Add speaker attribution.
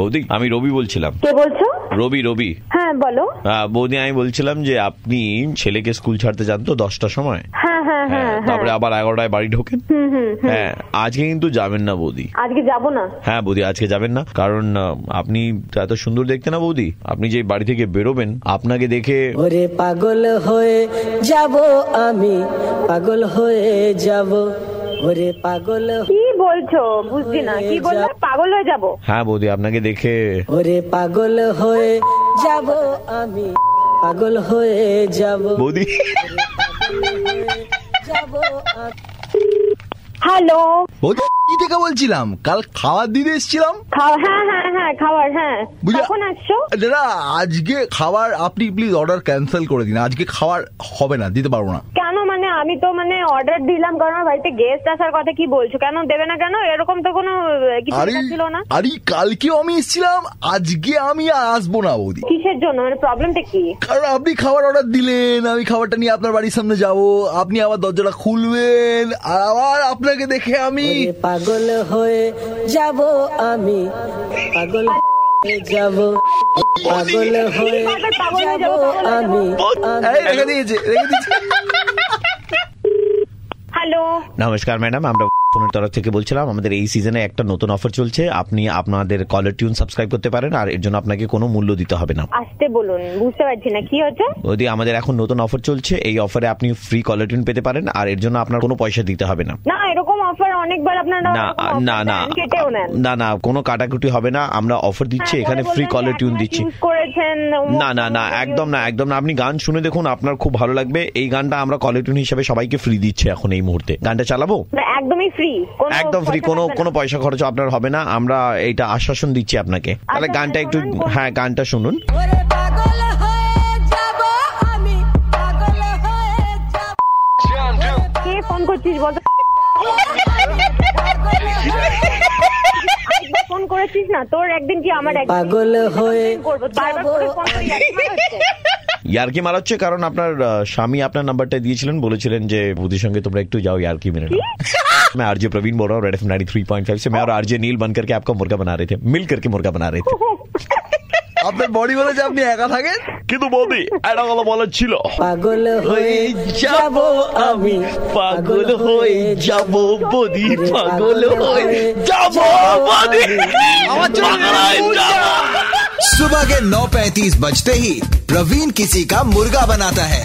Speaker 1: বৌদি আমি রবি বলছিলাম
Speaker 2: কে বলছো
Speaker 1: রবি রবি
Speaker 2: হ্যাঁ বলো
Speaker 1: হ্যাঁ, বৌদি আমি বলছিলাম যে আপনি ছেলেকে স্কুল ছাড়তে যান তো দশটার সময়
Speaker 2: হ্যাঁ হ্যাঁ হ্যাঁ
Speaker 1: হ্যাঁ
Speaker 2: হ্যাঁ
Speaker 1: তারপরে আবার এগারোটায় বাড়ি ঢোকেন
Speaker 2: হুম হুম হুম।
Speaker 1: হ্যাঁ আজকে কিন্তু যাবেন না বৌদি
Speaker 2: আজকে যাবো না
Speaker 1: হ্যাঁ বৌদি আজকে যাবেন না কারণ আহ, আপনি এত সুন্দর দেখতে না বৌদি আপনি যে বাড়ি থেকে বেরোবেন আপনাকে দেখে
Speaker 3: ওরে পাগল হয়ে যাব আমি পাগল হয়ে যাব ওরে পাগল
Speaker 2: কি বলছো বুঝছি না কি বললে পাগল হয়ে যাবো
Speaker 1: হ্যাঁ বৌদি আপনাকে দেখে
Speaker 3: ওরে পাগল হয়ে যাব আমি পাগল হয়ে যাব
Speaker 1: বৌদি
Speaker 3: যাব আমি।
Speaker 2: হ্যালো
Speaker 4: বলছি কি থেকে বলছিলাম কাল খাবার দিতে এসেছিলাম
Speaker 2: খাও হ্যাঁ হ্যাঁ হ্যাঁ খাবার হ্যাঁ
Speaker 4: বুঝলে-
Speaker 2: কখন আসছো
Speaker 4: দাদা আজকে খাবার আপনি প্লিজ অর্ডার ক্যান্সেল করে দিন আজকে খাবার হবে না দিতে পারবো না
Speaker 2: কেন মানে আমি তো মানে অর্ডার দিলাম কারণ আমার বাড়িতে গেস্ট আসার কথা কি বলছো কেন দেবে না কেন এরকম তো কোনো আহ, কিছু
Speaker 4: আরে
Speaker 2: ছিল না
Speaker 4: আরে কালকেও আমি এসেছিলাম আজকে আমি আর আসবো না বৌদি
Speaker 2: কিসের জন্য মানে প্রবলেমটা কি
Speaker 4: কারণ আপনি খাবার অর্ডার দিলেন আমি খাবারটা নিয়ে আপনার বাড়ির সামনে যাব আপনি আবার দরজাটা খুলবেন আর আবার আপনাকে দেখে আমি
Speaker 3: ওরে পাগল হয়ে যাব আমি পাগল হয়ে যাব পাগল হয়ে
Speaker 2: পাগল হয়ে
Speaker 3: যাব
Speaker 2: যাবো, পাগল হয়ে
Speaker 3: আমি
Speaker 4: এই রেখে দিয়েছে রেখে দিয়েছে
Speaker 2: হ্যালো
Speaker 1: নমস্কার ম্যাডাম আমরা ফোনের তরফ থেকে বলছিলাম আমাদের এই সিজনে একটা নতুন অফার চলছে আপনি আপনাদের কলার টিউন সাবস্ক্রাইব করতে পারেন আর এর জন্য আপনাকে কোনো মূল্য দিতে হবে না
Speaker 2: আসতে বলুন বুঝতে পারছি না কি হচ্ছে
Speaker 1: বৌদি আমাদের এখন নতুন অফার চলছে এই অফারে আপনি ফ্রি কলার টিউন পেতে পারেন আর এর জন্য আপনার কোনো পয়সা দিতে হবে না
Speaker 2: না এরকম অফার অনেকবার আপনারা
Speaker 1: না
Speaker 2: এরকম
Speaker 1: আ-
Speaker 2: offer
Speaker 1: না না
Speaker 2: দেন, কেটেও নেন
Speaker 1: না না কোনো কাটাকুটি হবে না আমরা অফার দিচ্ছি
Speaker 2: হ্যাঁ,
Speaker 1: এখানে
Speaker 2: পরে
Speaker 1: ফ্রি
Speaker 2: বলবেন যে
Speaker 1: কলার টিউন
Speaker 2: আপনারা
Speaker 1: দিচ্ছি
Speaker 2: choose করেছেন
Speaker 1: না না না একদম না একদম না আপনি গান শুনে দেখুন আপনার খুব ভালো লাগবে এই গানটা আমরা কলার টিউন হিসেবে সবাইকে ফ্রি দিচ্ছে এখন এই মুহূর্তে গানটা চালাবো
Speaker 2: না, একদমই ফ্রি
Speaker 1: একদম ফ্রি কোনো কোনো পয়সা খরচ আপনার হবে না আমরা এটা আশ্বাসন দিচ্ছি আপনাকে তাহলে
Speaker 2: আচ্ছা,
Speaker 1: গানটা একটু
Speaker 2: শোনান কোন-
Speaker 1: হ্যাঁ গানটা শুনুন
Speaker 3: ওরে পাগল হয়ে যাব আমি পাগল হয়ে যাব
Speaker 2: কে ফোন করছিস বল তো? একবার ফোন করেছিস না তোর একদিন কি আমার একদিন
Speaker 3: পাগল হয়ে
Speaker 2: করবো বারবার করে ফোন করি একসময় হচ্ছে।
Speaker 1: ইয়ারকি মারাচ্ছে কারণ আপনার আহ, স্বামী আপনার নাম্বারটা দিয়েছিলেন বলেছিলেন যে বুদ্ধির সঙ্গে তোমরা একটু যাও यार मेरे नाम मैं आरजे प्रवीण बोल रहा हूँ रेड एफ 93.5 से मैं और आरजे नील बन करके आपका मुर्गा बना रहे थे मिल करके मुर्गा बना रहे थे
Speaker 4: আপনার বডি বলে যে আপনি একা থাকেন
Speaker 1: কিন্তু বৌদি একটা কথা বলার ছিল
Speaker 3: পাগল হয়ে যাব আমি
Speaker 1: পাগল হয়ে যাব বৌদি পাগল হয়ে যাব বৌদি
Speaker 4: আমার জন্য
Speaker 1: পাগল হয়ে যাব।
Speaker 5: सुबह के 9:35 बजते ही प्रवीण किसी का मुर्गा बनाता है